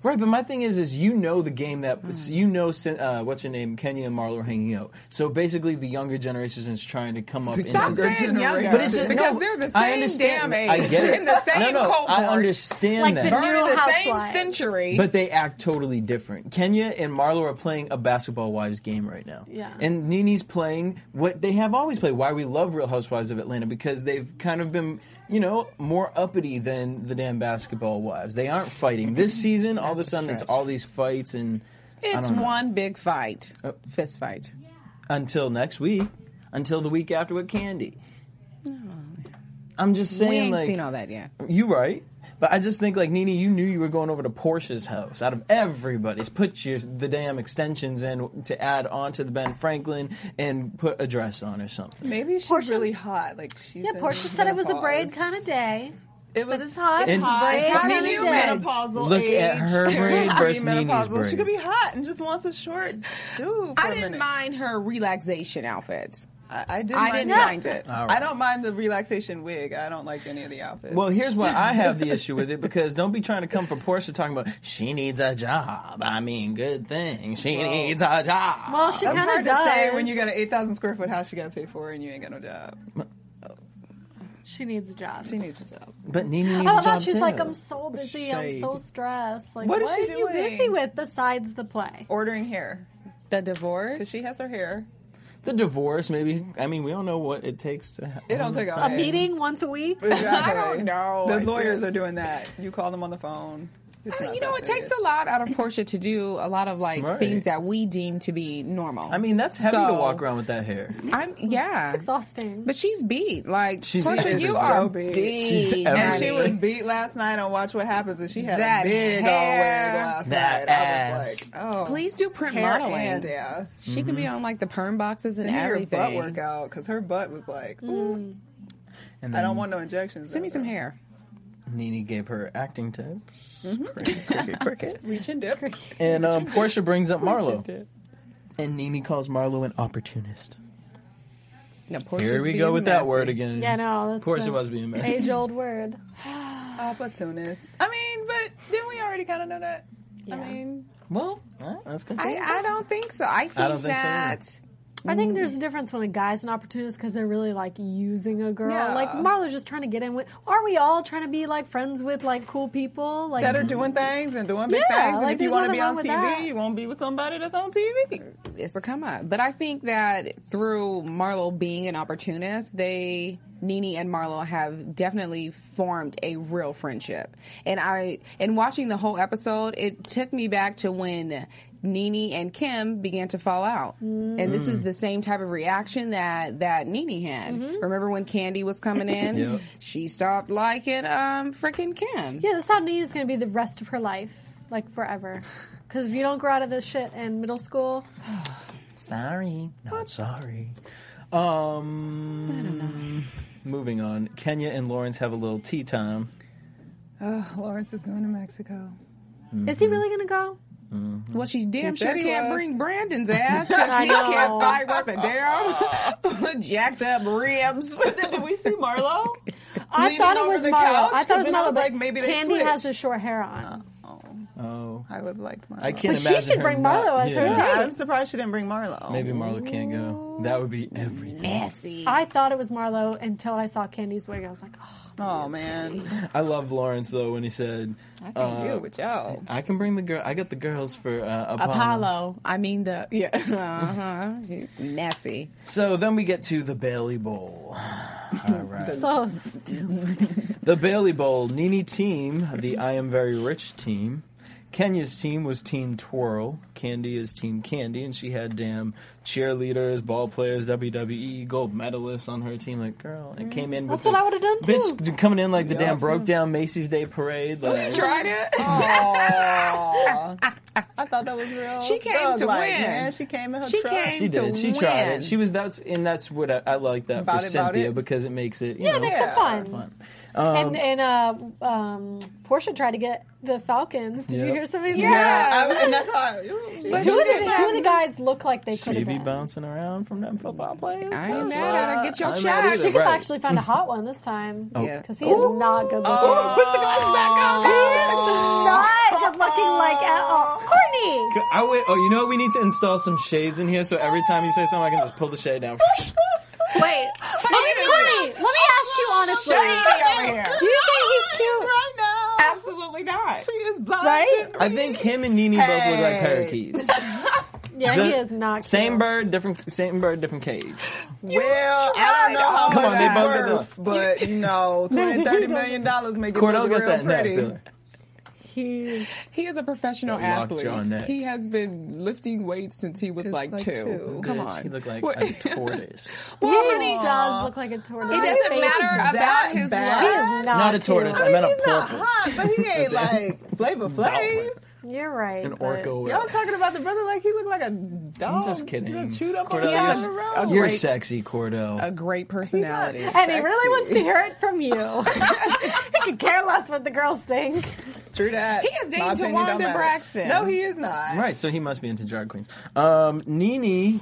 Right, but my thing is, is you know the game that you know Sin- uh, what's her name, Kenya and Marlo are hanging out. So basically, the younger generation is trying to come up. into Stop the- saying younger generation. But it's just, because no, they're the I same understand. damn age. I get it. In the same no, no, cohort. I understand Like the that. new Burn in the same housewives. century. But they act totally different. Kenya and Marlo are playing a basketball wives game right now. Yeah. And Nini's playing what they have always played. Why we love Real Housewives of Atlanta because they've kind of been, you know, more uppity than the damn basketball wives. They aren't fighting this season. all of a sudden, it's all these fights and it's don't know. one big fight, Oh. fist fight. until next week, until the week after with Candy. I'm just saying, we ain't like, seen all that yet. You right. But I just think like Nene, you knew you were going over to Porsche's house. Out of everybody's, put your the damn extensions in to add on to the Ben Franklin and put a dress on or something. Maybe she's Portia- really hot. Like she's Yeah, in Portia said it was a braid menopause. kind of day. It was- was, said it was hot. It was hot. a braid It's hot. kind Maybe of you day. menopausal Look age. at (laughs) her braid versus Nene's Perimenopausal. She braid. could be hot and just wants a short dude. For I a didn't minute. mind her relaxation outfit. I, I didn't. I mind didn't that. mind it. I don't mind the relaxation wig. I don't like any of the outfits. Well, here's why I have (laughs) the issue with it because don't be trying to come for Portia talking about she needs a job. I mean, good thing she needs a job. Well, she That's kind hard of to say does. when you got an eight thousand square foot house. You got to pay for, it and you ain't got no job. she needs a job. She needs a job. but Nene needs I a love how job she's too. like, um, I'm so busy, I'm so stressed. Like, what, What is she are you doing? busy with besides the play? Ordering hair. The divorce. Cause she has her hair. the divorce. Maybe I mean we don't know what it takes to. ha- It don't take all A day. meeting once a week? Exactly. I don't know. The I lawyers just- are doing that. You call them on the phone. It's I mean, not you know, that it takes serious. a lot out of Portia to do a lot of like Right. things that we deem to be normal. I mean that's heavy to So, walk around with that hair. I'm yeah, it's Exhausting. But she's beat. Like She's- Portia, she you is are so beat. beat. She's And she Right. was beat last night on Watch What Happens, and she had That a big hair. old wig last That night. ass. Mm. I was like, oh, Please do print hair modeling. and ass. She could be on like the perm boxes and Send me your everything. butt workout because her butt was like, ooh, And I don't want no injections. Mm. Send me though. some hair. Nene gave her acting tips. Mm-hmm. Cricket, cricket, (laughs) cricket. Reach and (laughs) dip. And um, Portia brings up Marlo. And Nene calls Marlo an opportunist. No, Portia's Here we being go with that messy. word again. yeah, no, that's Portia the was being messy. age old word. Opportunist. I mean, but didn't we already kind of know that? I mean, Well, all right, let's I, continue. I don't think so. I think I don't think so that I think there's Mm. a difference when a guy's an opportunist because they're really like using a girl. Yeah. Like Marlo's just trying to get in with. Are we all trying to be like friends with like cool people? Like that are doing things and doing big Yeah, things. And like, if you there's want to nothing be wrong on with TV, that. you won't be with somebody that's on TV. it's a come up. But I think that through Marlo being an opportunist, they Nene and Marlo have definitely formed a real friendship. And I in watching the whole episode, it took me back to when Nene and Kim began to fall out. And this is the same type of reaction that that Nene had. Remember when Candy was coming in? (laughs) Yep. She stopped liking um freaking Kim. yeah, this how Nina's going to be the rest of her life, like forever. Because if you don't grow out of this shit in middle school, sorry. Not sorry. Um, Moving on. Kenya and Lawrence have a little tea time. Oh, Lawrence is going to Mexico. is he Mm-hmm. really going to go? Well, she damn Yes, sure that can't was. bring Brandon's (laughs) ass because I he know. can't buy worth a damn (laughs) jacked up ribs. Did we (laughs) see Marlo? I Leaning thought it over was the Marlo. couch, I thought it was and I Marlo, was but like, maybe they Uh, Candy has switched. the short hair on. Oh, I would have liked Marlo. I can't But she imagine. should her bring not- Marlo as her Yeah. date. I'm surprised she didn't bring Marlo. Maybe Marlo can't go. That would be everything. Messy. I thought it was Marlo until I saw Candy's wig. I was like, oh, Oh man, I love Lawrence though when he said, I can uh, deal with y'all. "I can bring the girl. I got the girls for uh, Apollo. I mean the yeah. (laughs) Uh-huh. Messy. So then we get to the Bailey Bowl. (sighs) (laughs) All right. so stupid. the Bailey Bowl. Nini team, the I Am Very Rich team. Kenya's team was Team Twirl. Candy is Team Candy, and she had damn cheerleaders, ball players, WWE gold medalists on her team. Like, girl, and came in. Mm, That's with the- what I would've done, too. Bitch, coming in like the damn broke down Macy's Day parade. Like, Tried it. Aw. (laughs) I thought that was real. She came to thug-like, win. Man. She came in her She truck. came- She to did. She tried win. it. She was that's and that's what I, I like that About for it, about Cynthia it. because it makes it you Yeah, know it makes it fun. and and uh, um, Portia tried to get the Falcons. Did you Yep. hear something? Yeah. Yeah, I, and I thought, ooh, geez. Two, of didn't the, two have of the guys look like they could She have be been. bouncing around from them football players. I That's ain't mad at her. right. Get your I'm not check. either, She could right. actually find a hot one this time. Yeah. Because he is not good looking. Oh, put the glasses back on. Not good looking like at (laughs) all. Courtney! I wait. Oh, you know what? We need to install some shades in here, so every time you say something, I can just pull the shade down. Wait. Let me, Courtney, let me ask you honestly. Shady over here. Do you think he's cute? right now. Absolutely not. She is blind. Right? I think him and Nene both look like Hey. parakeets. Yeah, he Just- is not cute. Same bird, different. Same bird, different cage. Well, I don't know how Come much on, they both did it's worth, but (laughs) you know, twenty, thirty million dollars make it Cordell look got real that neck. pretty. Billy. He- He is a professional That athlete. lockjaw neck. He has been lifting weights since he was like, like two. two. Come Bitch, on. He looked like What- a tortoise. Well, he honey, does look like a tortoise. it His doesn't face matter is- about that his bad. He looks. is not, Not a tortoise. Cute. I meant a He's not porpoise. hot, but he ain't like Flavor Flav. You're right. An but- orca. Y'all whale. talking about the brother like he looked like a dog. I'm just kidding. He got Oh, chewed up on Cordell, the side you're- of the road. You're Great. sexy, Cordell. A great personality. And he really wants to hear it (laughs) from you. he could care less what the girls think. Through that. He is dating My opinion don't Tawanda matter. Braxton. No, he is not. Right, so he must be into drag queens. Um, Nene,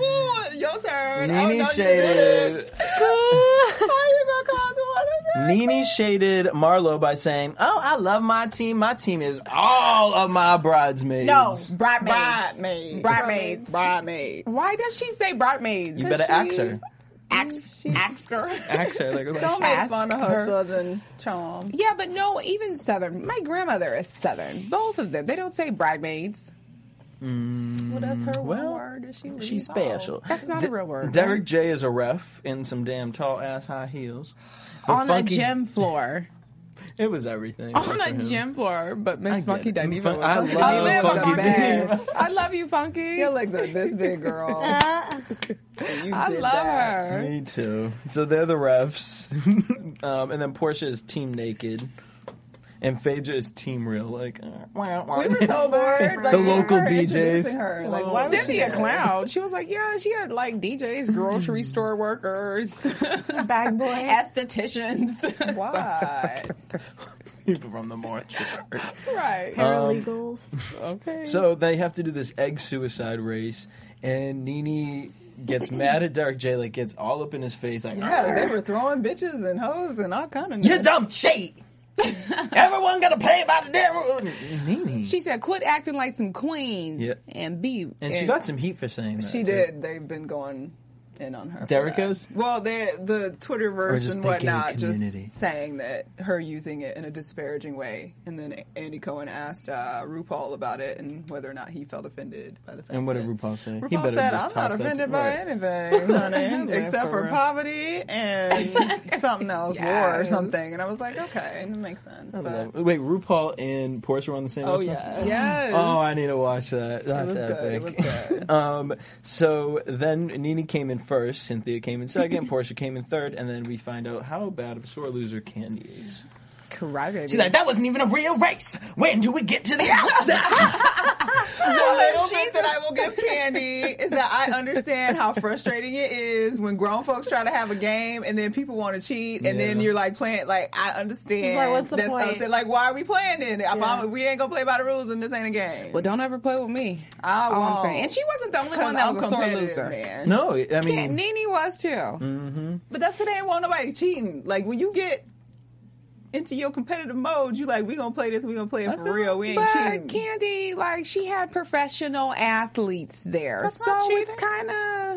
Ooh, your turn. I Nene know Oh, you did shaded, it. (laughs) Why you gonna call Tawanda Braxton? Nene shaded Marlo by saying, "Oh, I love my team. My team is all of my bridesmaids." No. Bridesmaids. Bridesmaid. Bridesmaids. Bridesmaid. Why does she say bridesmaids? you better axe her, ask, ask her. axe her. Like, what about Don't you? make fun of her Ask her. southern charm. Yeah, but no, even Southern. My grandmother is Southern. Both of them. They don't say bridesmaids. Well, that's her well, word. that She she's leaves off. special. That's not a real word. Derek J is a ref in some damn tall ass high heels. With On funky- a gym floor. It was everything. on for a him. gym floor, but I Miss get Funky it. Dineva. Fun- was I like, love live on Funky my Dineva. ass. I love you, Funky. Your legs are this big, (laughs) girl. You I did love that. her. Me too. So they're the refs, (laughs) um, and then Portia is team naked, and Phaedra is team real. Like, uh, wow, wow. We (laughs) were so bored. Like, The we were local DJs. introducing Her. Like, why was she Cynthia there? Cloud, she was like, yeah, she had like DJs, Mm. grocery store workers, (laughs) Bag boy. estheticians. (laughs) Why? people from the mortuary. Um, right. Paralegals. (laughs) Okay. so they have to do this egg suicide race, and Nene (laughs) gets mad at Derek J. Like, gets all up in his face. Like, Yeah, they were throwing bitches and hoes and all kind of. you dumb (laughs) shit. Everyone got to play by the damn rule. Nene. She said, quit acting like some queens Yeah. and be. and she got some heat for saying that. She too. did. They've been going in on her. for Derica's? that. Well, they, the Or Twitterverse just and the gay whatnot community. just saying that her using it in a disparaging way. And then Andy Cohen asked uh, RuPaul about it and whether or not he felt offended by the fact And what did that- RuPaul say? RuPaul said, I'm not that to- offended by right. (laughs) anything, honey, Live except for for real. poverty (laughs) and something else, war or Yes. something. And I was like, okay, that makes sense. But, Wait, RuPaul and Portia were on the same oh, episode? yeah. Yes. Oh, I need to watch that. it That's was good. It epic. was (laughs) good. Um, so then Nene came in first, Cynthia came in second, (laughs) Portia came in third, and then we find out how bad of a sore loser Candy is. Cry, baby. She's like, that wasn't even a real race. When do we get to the outside? (laughs) The little bit that I will give Candy is that I understand how frustrating it is when grown folks try to have a game and then people want to cheat and then Yeah. you're like playing. Like I understand. Like, what's the that's point? upset. Like why are we playing then? I promise we ain't gonna play by the rules and this ain't a game. well, don't ever play with me. I All I'm won't. saying. And she wasn't the only Because one that I'm was a sore competitive, loser. man. no, I Mm. Yeah, mean, Nene was too. But that's what they ain't want nobody cheating. Like when you get into your competitive mode, you like we gonna play this, we gonna play it for real. We ain't But cheating. Candy, like she had professional athletes there, That's so not it's cheating. kind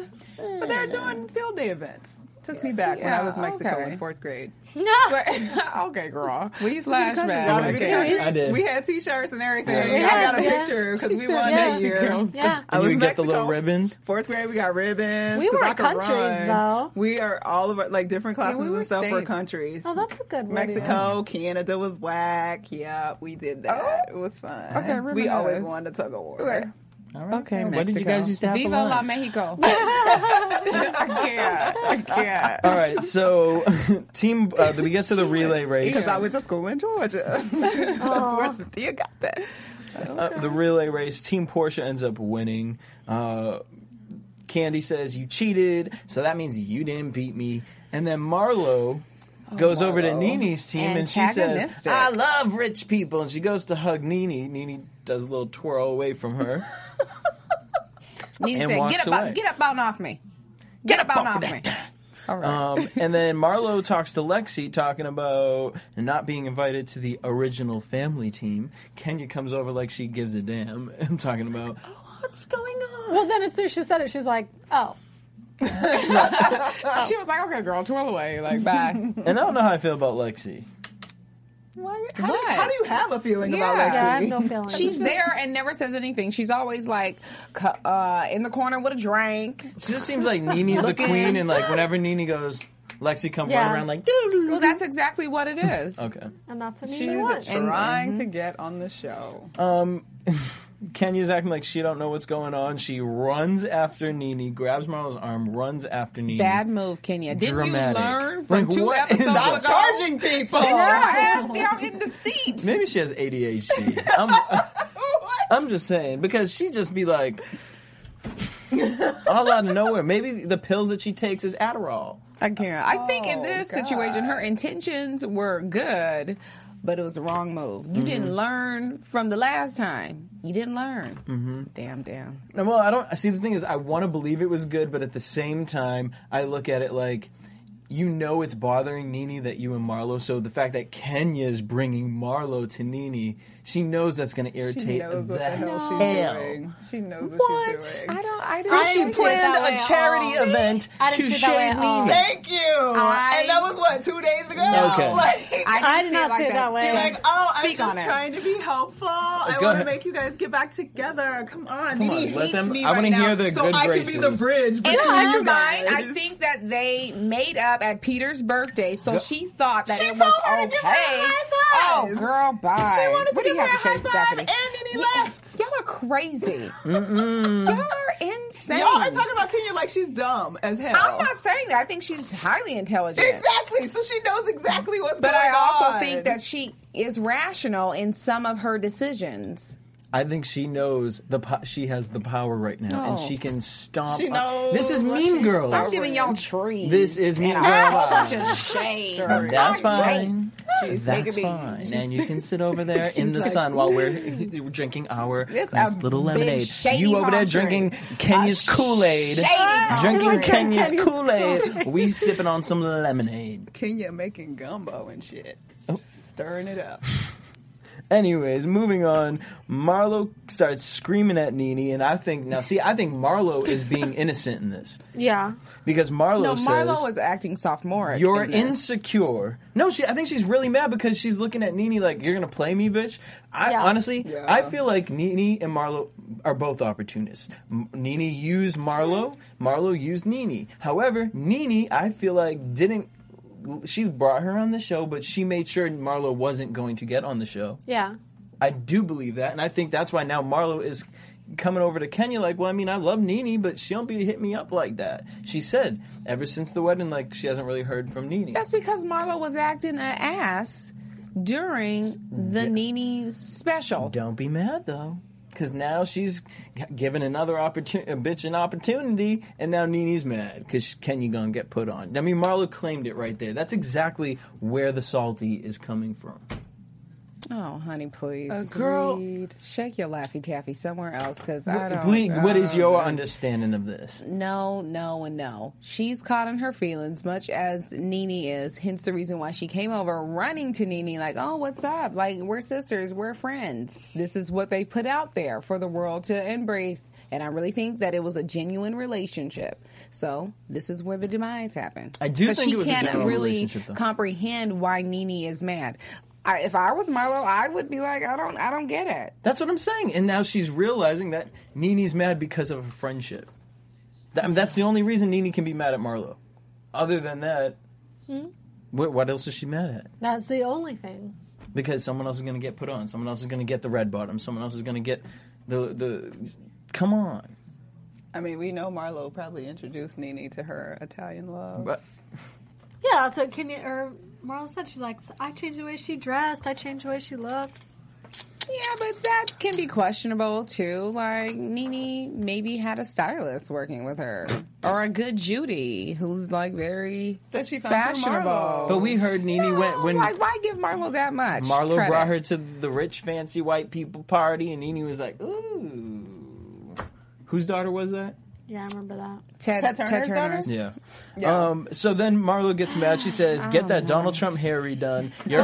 of. but they're doing field day events. Took me back when I was Yeah, Mexico okay. in fourth grade. (laughs) okay, girl. We used to do the country. flashback. Y'all did Okay. the I did. country. We had t-shirts and everything. Yeah. And I got a Yeah. picture because we said won yeah. that year. (laughs) Yeah. I you was would get the little Mexico. ribbons. Fourth grade, we got ribbons. We 'cause were I could countries, run. though. We are all of our, like different classes we were and stuff were states. countries. Oh, that's a good one. Mexico, Canada was whack. Yeah, we did that. It was fun. Okay, ribbon we always is. won the tug of war. Okay. All right. Okay, Why did you guys used to have for Viva lunch? (laughs) la Mexico. (laughs) I can't. I can't. All right, so (laughs) team. Uh, we get to the relay race. Because I went to school in Georgia. (laughs) Where's the Thea got that? Uh, the relay race. Team Porsche ends up winning. Uh, Candy says you cheated, so that means you didn't beat me. And then Marlo goes over to Oh, Marlo. Nini's team and she says, Antagonistic. "I love rich people," and she goes to hug Nini. Nini does a little twirl away from (laughs) her. Need And to say, walks get up, away. out, get up on off me. Get, up on (laughs) off me. All right. Um, and then Marlo talks to Lexi, talking about not being invited to the original family team. Kenya comes over like she gives a damn, (laughs) and talking about Oh, what's going on. Well, then as soon as she said it, she's like, oh. she was like, okay, girl, twirl away. Like, bye. And I don't know how I feel about Lexi. Why, how What? How do you have a feeling about Yeah. Lexi? Yeah, I have no feeling. She's there and never says anything. She's always like cu- uh, in the corner with a drink. She just seems like Nini's the Looking. queen, and like whenever Nini goes, Lexi come Yeah. running around like. "Doo-doo-doo." Well, that's exactly what it is. Okay. and that's what She's Nini wants. trying Mm-hmm. to get on the show. Kenya's acting like she don't know what's going on. She runs after Nini, grabs Marlo's arm, runs after Nini. Bad move, Kenya. Didn't Dramatic. you learn from Like, two what in episodes the- ago? Stop charging people. Sit your ass (laughs) down in the seat. Maybe she has ADHD. I'm, I'm just saying because she just be like, all out of nowhere. Maybe the pills that she takes is Adderall. I can't. Uh, I think in this Oh, God. situation, her intentions were good, but it was the wrong move. You Mm-hmm. didn't learn from the last time. You didn't learn. Mm-hmm. Damn, damn. No, Well, I don't see. The thing is, I want to believe it was good, but at the same time, I look at it like. You know it's bothering Nini that you and Marlo. So the fact that Kenya is bringing Marlo to Nini, she knows that's going to irritate She knows the what the hell she's hell. doing. She knows what, she's doing. I don't. I Girl, don't. I She didn't see it planned that way a at charity all. event I to didn't see it that way shade at all. Nini. Thank you. I- and that was what two days ago. Okay. (laughs) Like, I, I didn't did not see it like that. way. like, oh, Speak I'm on just it. trying to be helpful. Go I want to ahead. make you guys get back together. Come on, Come Nene on, let hates them- me I right wanna hear now, the so good I can be the graces. bridge In between her you mind, guys. I think that they made up at Peter's birthday, so she thought that She it was told her to okay. give her a high Oh, five. girl, bye. She wanted to what do give you her have to a say, high five, Stephanie? and then he Y- left. Y'all are crazy. Y'all are insane. Y'all are talking about Kenya like she's dumb as hell. I'm not saying that. I think she's highly intelligent. Exactly. Oh So she knows exactly what's But going I on. also think that she is rational in some of her decisions. I think she knows the po- she has the power right now, and No. she can stomp. She on- knows this is what Mean she's Girl. I'm giving y'all trees. This is Mean and Girl. I'm Live. (laughs) such a shame. That's Not great. fine. That's big. fine. And you can sit (laughs) over there in the sun while we're (laughs) drinking our It's nice a little big lemonade. shady You over there palm tree. drinking Kenya's Kool Aid. Shady. Drinking Drink Kenya's Kenya's Kool Aid. We sipping on some lemonade. Kenya making gumbo and shit. Oh. Stirring it up. Anyways, moving on. Marlo starts screaming at Nene, and I think now see, I think Marlo is (laughs) being innocent in this yeah. because Marlo No, says Marlo was acting sophomoric. You're in this. insecure. No, she. I think she's really mad because she's looking at Nene like you're gonna play me, bitch. I Yeah. honestly, Yeah. I feel like Nene and Marlo are both opportunists. M- Nene used Marlo. Marlo used Nene. However, Nene, I feel like didn't. She brought her on the show, but she made sure Marlo wasn't going to get on the show. Yeah. I do believe that, and I think that's why now Marlo is coming over to Kenya like, well, I mean, I love Nene, but she don't be hit me up like that. She said ever since the wedding, like she hasn't really heard from Nene. That's because Marlo was acting an ass during the Nene special. don't be mad though, because now she's g- given another opportunity, a bitch an opportunity, and now Nene's mad because Kenya gonna get put on. I mean, Marlo claimed it right there. That's exactly where the salty is coming from. Oh, honey, please, girl- Reed, shake your laffy taffy somewhere else because Mm, I don't. Please, what is uh, your understanding of this? no, no, and no? She's caught in her feelings, much as Nene is. Hence the reason why she came over, running to Nene like, "Oh, what's up? Like, we're sisters, we're friends. This is what they put out there for the world to embrace." And I really think that it was a genuine relationship. So this is where the demise happened. I do 'Cause think she it was a can't genuine really relationship, though. comprehend why Nene is mad. I, if I was Marlo, I would be like, I don't, I don't get it. That's what I'm saying. And now she's realizing that Nene's mad because of her friendship. That, I mean, that's the only reason Nene can be mad at Marlo. Other than that, Hmm? what, what else is she mad at? That's the only thing. Because someone else is going to get put on. Someone else is going to get the red bottom. Someone else is going to get the the Come on. I mean, we know Marlo probably introduced Nene to her Italian love. But Yeah, that's what Kenya or Marlo said. She's like, I changed the way she dressed. I changed the way she looked. Yeah, but that can be questionable too. Like Nene maybe had a stylist working with her, or a good Judy who's like very That she found through fashionable. Marlo. but we heard Nene went when like why give Marlo that much? Marlo credit? brought her to the rich fancy white people party, and Nene was like, "Ooh, whose daughter was that?" Yeah, I remember that. Ted, Ted Turner's Turner's. daughter? Yeah. Um, so then Marlo gets mad. She says, "Get that Donald Trump hair redone. You're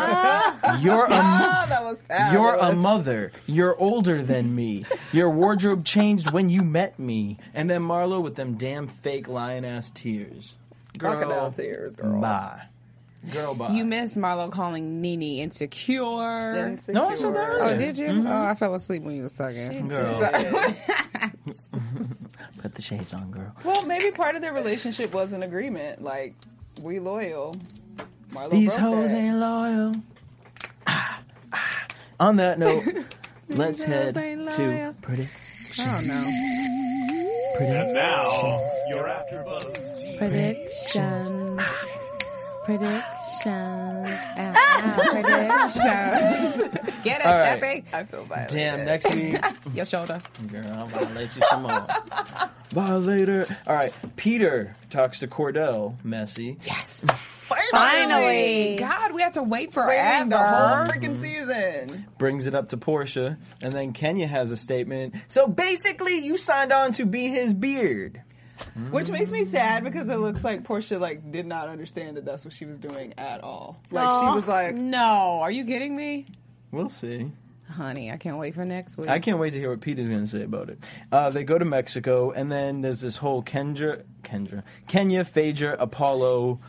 you're a oh, that was fabulous. you're a mother. You're older than me. Your wardrobe changed when you met me." And then Marlo with them damn fake lion ass tears. Girl, Oh. crocodile tears, girl. Bye. Girl, bye. You miss Marlo calling Nene insecure. Insecure. no, I said that. Oh, earlier. did you? Oh, I fell asleep when you was talking. Girl. (laughs) Put the shades on, girl. Well, maybe part of their relationship was an agreement. Like, we loyal. Marlo These broke hoes that. ain't loyal. Ah, ah. On that note, let's head ain't to loyal. pretty, I don't know. pretty. Now, your After Buzz TV. Predictions. Predictions. Ah, ah, predictions. Get it, All right. Jesse. I feel violated. Damn, next week, Your shoulder. girl, I'll violate you some (laughs) more. Violator. All right, Peter talks to Cordell, messy. Finally. (laughs) God, we have to wait Waiting the whole forever. freaking season. brings it up to Portia, and then Kenya has a statement. So basically, you signed on to be his beard. Which makes me sad because it looks like Portia like did not understand that that's what she was doing at all. Like she Aw. was like, Mm. No, are you kidding me? We'll see. Honey, I can't wait for next week. I can't wait to hear what Peter's going to say about it. Uh, they go to Mexico, and then there's this whole Kendra, Kendra, Kenya, Phaedra, Apollo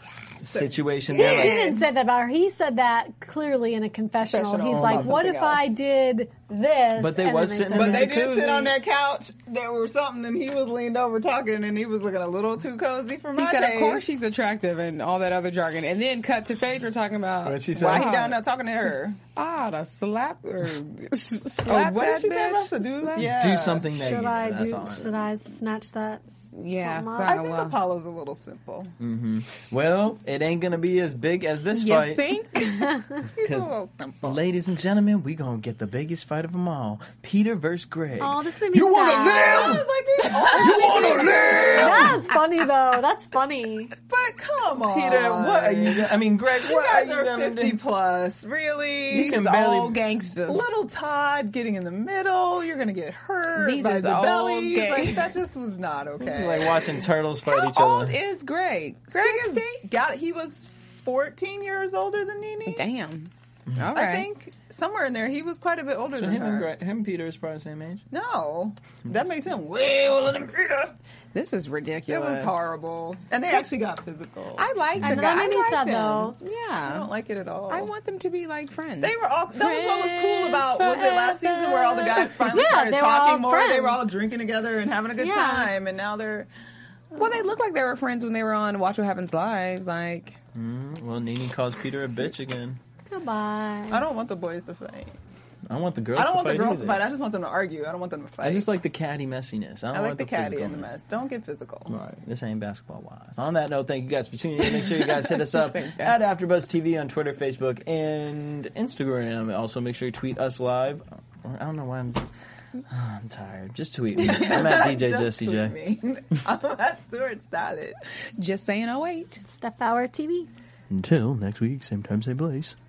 situation. He They're like, didn't say that about her. He said that clearly in a confessional. Confessional He's about like, "What if something I else." did this?" But they and was then sitting said in but the they that. did sit jacuzzi. on that couch. There was something, and he was leaned over talking, and he was looking a little too cozy for my He said, of taste." course she's attractive and all that other jargon. And then cut to Phaedra talking about, What'd she say? Why he down there talking to her? ah, to slap or (laughs) s- Oh, slap what that did she say bitch. about the dude? Slap- Yeah. do something Should negative. I That's do? all. Should I snatch that? Yeah, something so- up? I think Wow. Apollo's a little simple. Well, it ain't gonna be as big as this You fight. think? (laughs) (laughs) 'cause, Oh, simple. ladies and gentlemen, we gonna get the biggest fight of them all: Peter versus Greg. Oh, this made me sad. wanna live? You (laughs) wanna live? That was funny though. That's funny. But come on, Peter, what are you? I mean, Greg, You what are guys you are gonna fifty do? plus, really? You This can is barely- all Gangsters. Little Todd getting in the middle, you're gonna get hurt These by is the all belly. gay. Like that just was not okay. It's like watching turtles fight each How old other. is Greg? Greg is- 60? got he was fourteen years older than Nene. Damn. All I right. think somewhere in there he was quite a bit older So than him her. and Greg, him and Peter is probably the same age. No, that makes him way older than Peter. this is It ridiculous. was horrible, and they actually got physical. I like I the know guy. that made me I like sad, them. though. Yeah. I don't like it at all. I want them to be like friends. They were all. That was what was cool Friends about was it last forever. season where all the guys finally Yeah, started they were all talking more. They were all friends. drinking together and having a good Yeah. time, and now they're. Well, they looked like they were friends when they were on Watch What Happens Live. Like, Well, Nene calls Peter a bitch again. Goodbye. I don't want the boys to fight. I want the girls. I don't to want the fight girls either. to fight. I just want them to argue. I don't want them to fight. I just like the catty messiness. I, don't I like want the, caddy physical and the mess. Don't get physical. Right. This ain't basketball wise. On that note, thank you guys for tuning in. Make sure you guys hit us (laughs) up at AfterBuzz TV on Twitter, Facebook, and Instagram. Also, make sure you tweet us live. I don't know why I'm. (sighs) I'm tired. Just tweet me. I'm at DJ (laughs) Just Jesse E J. tweet me. I'm at Stuart Stallett. just saying, oh, wait. Step Hour TV. Until next week, same time, same place.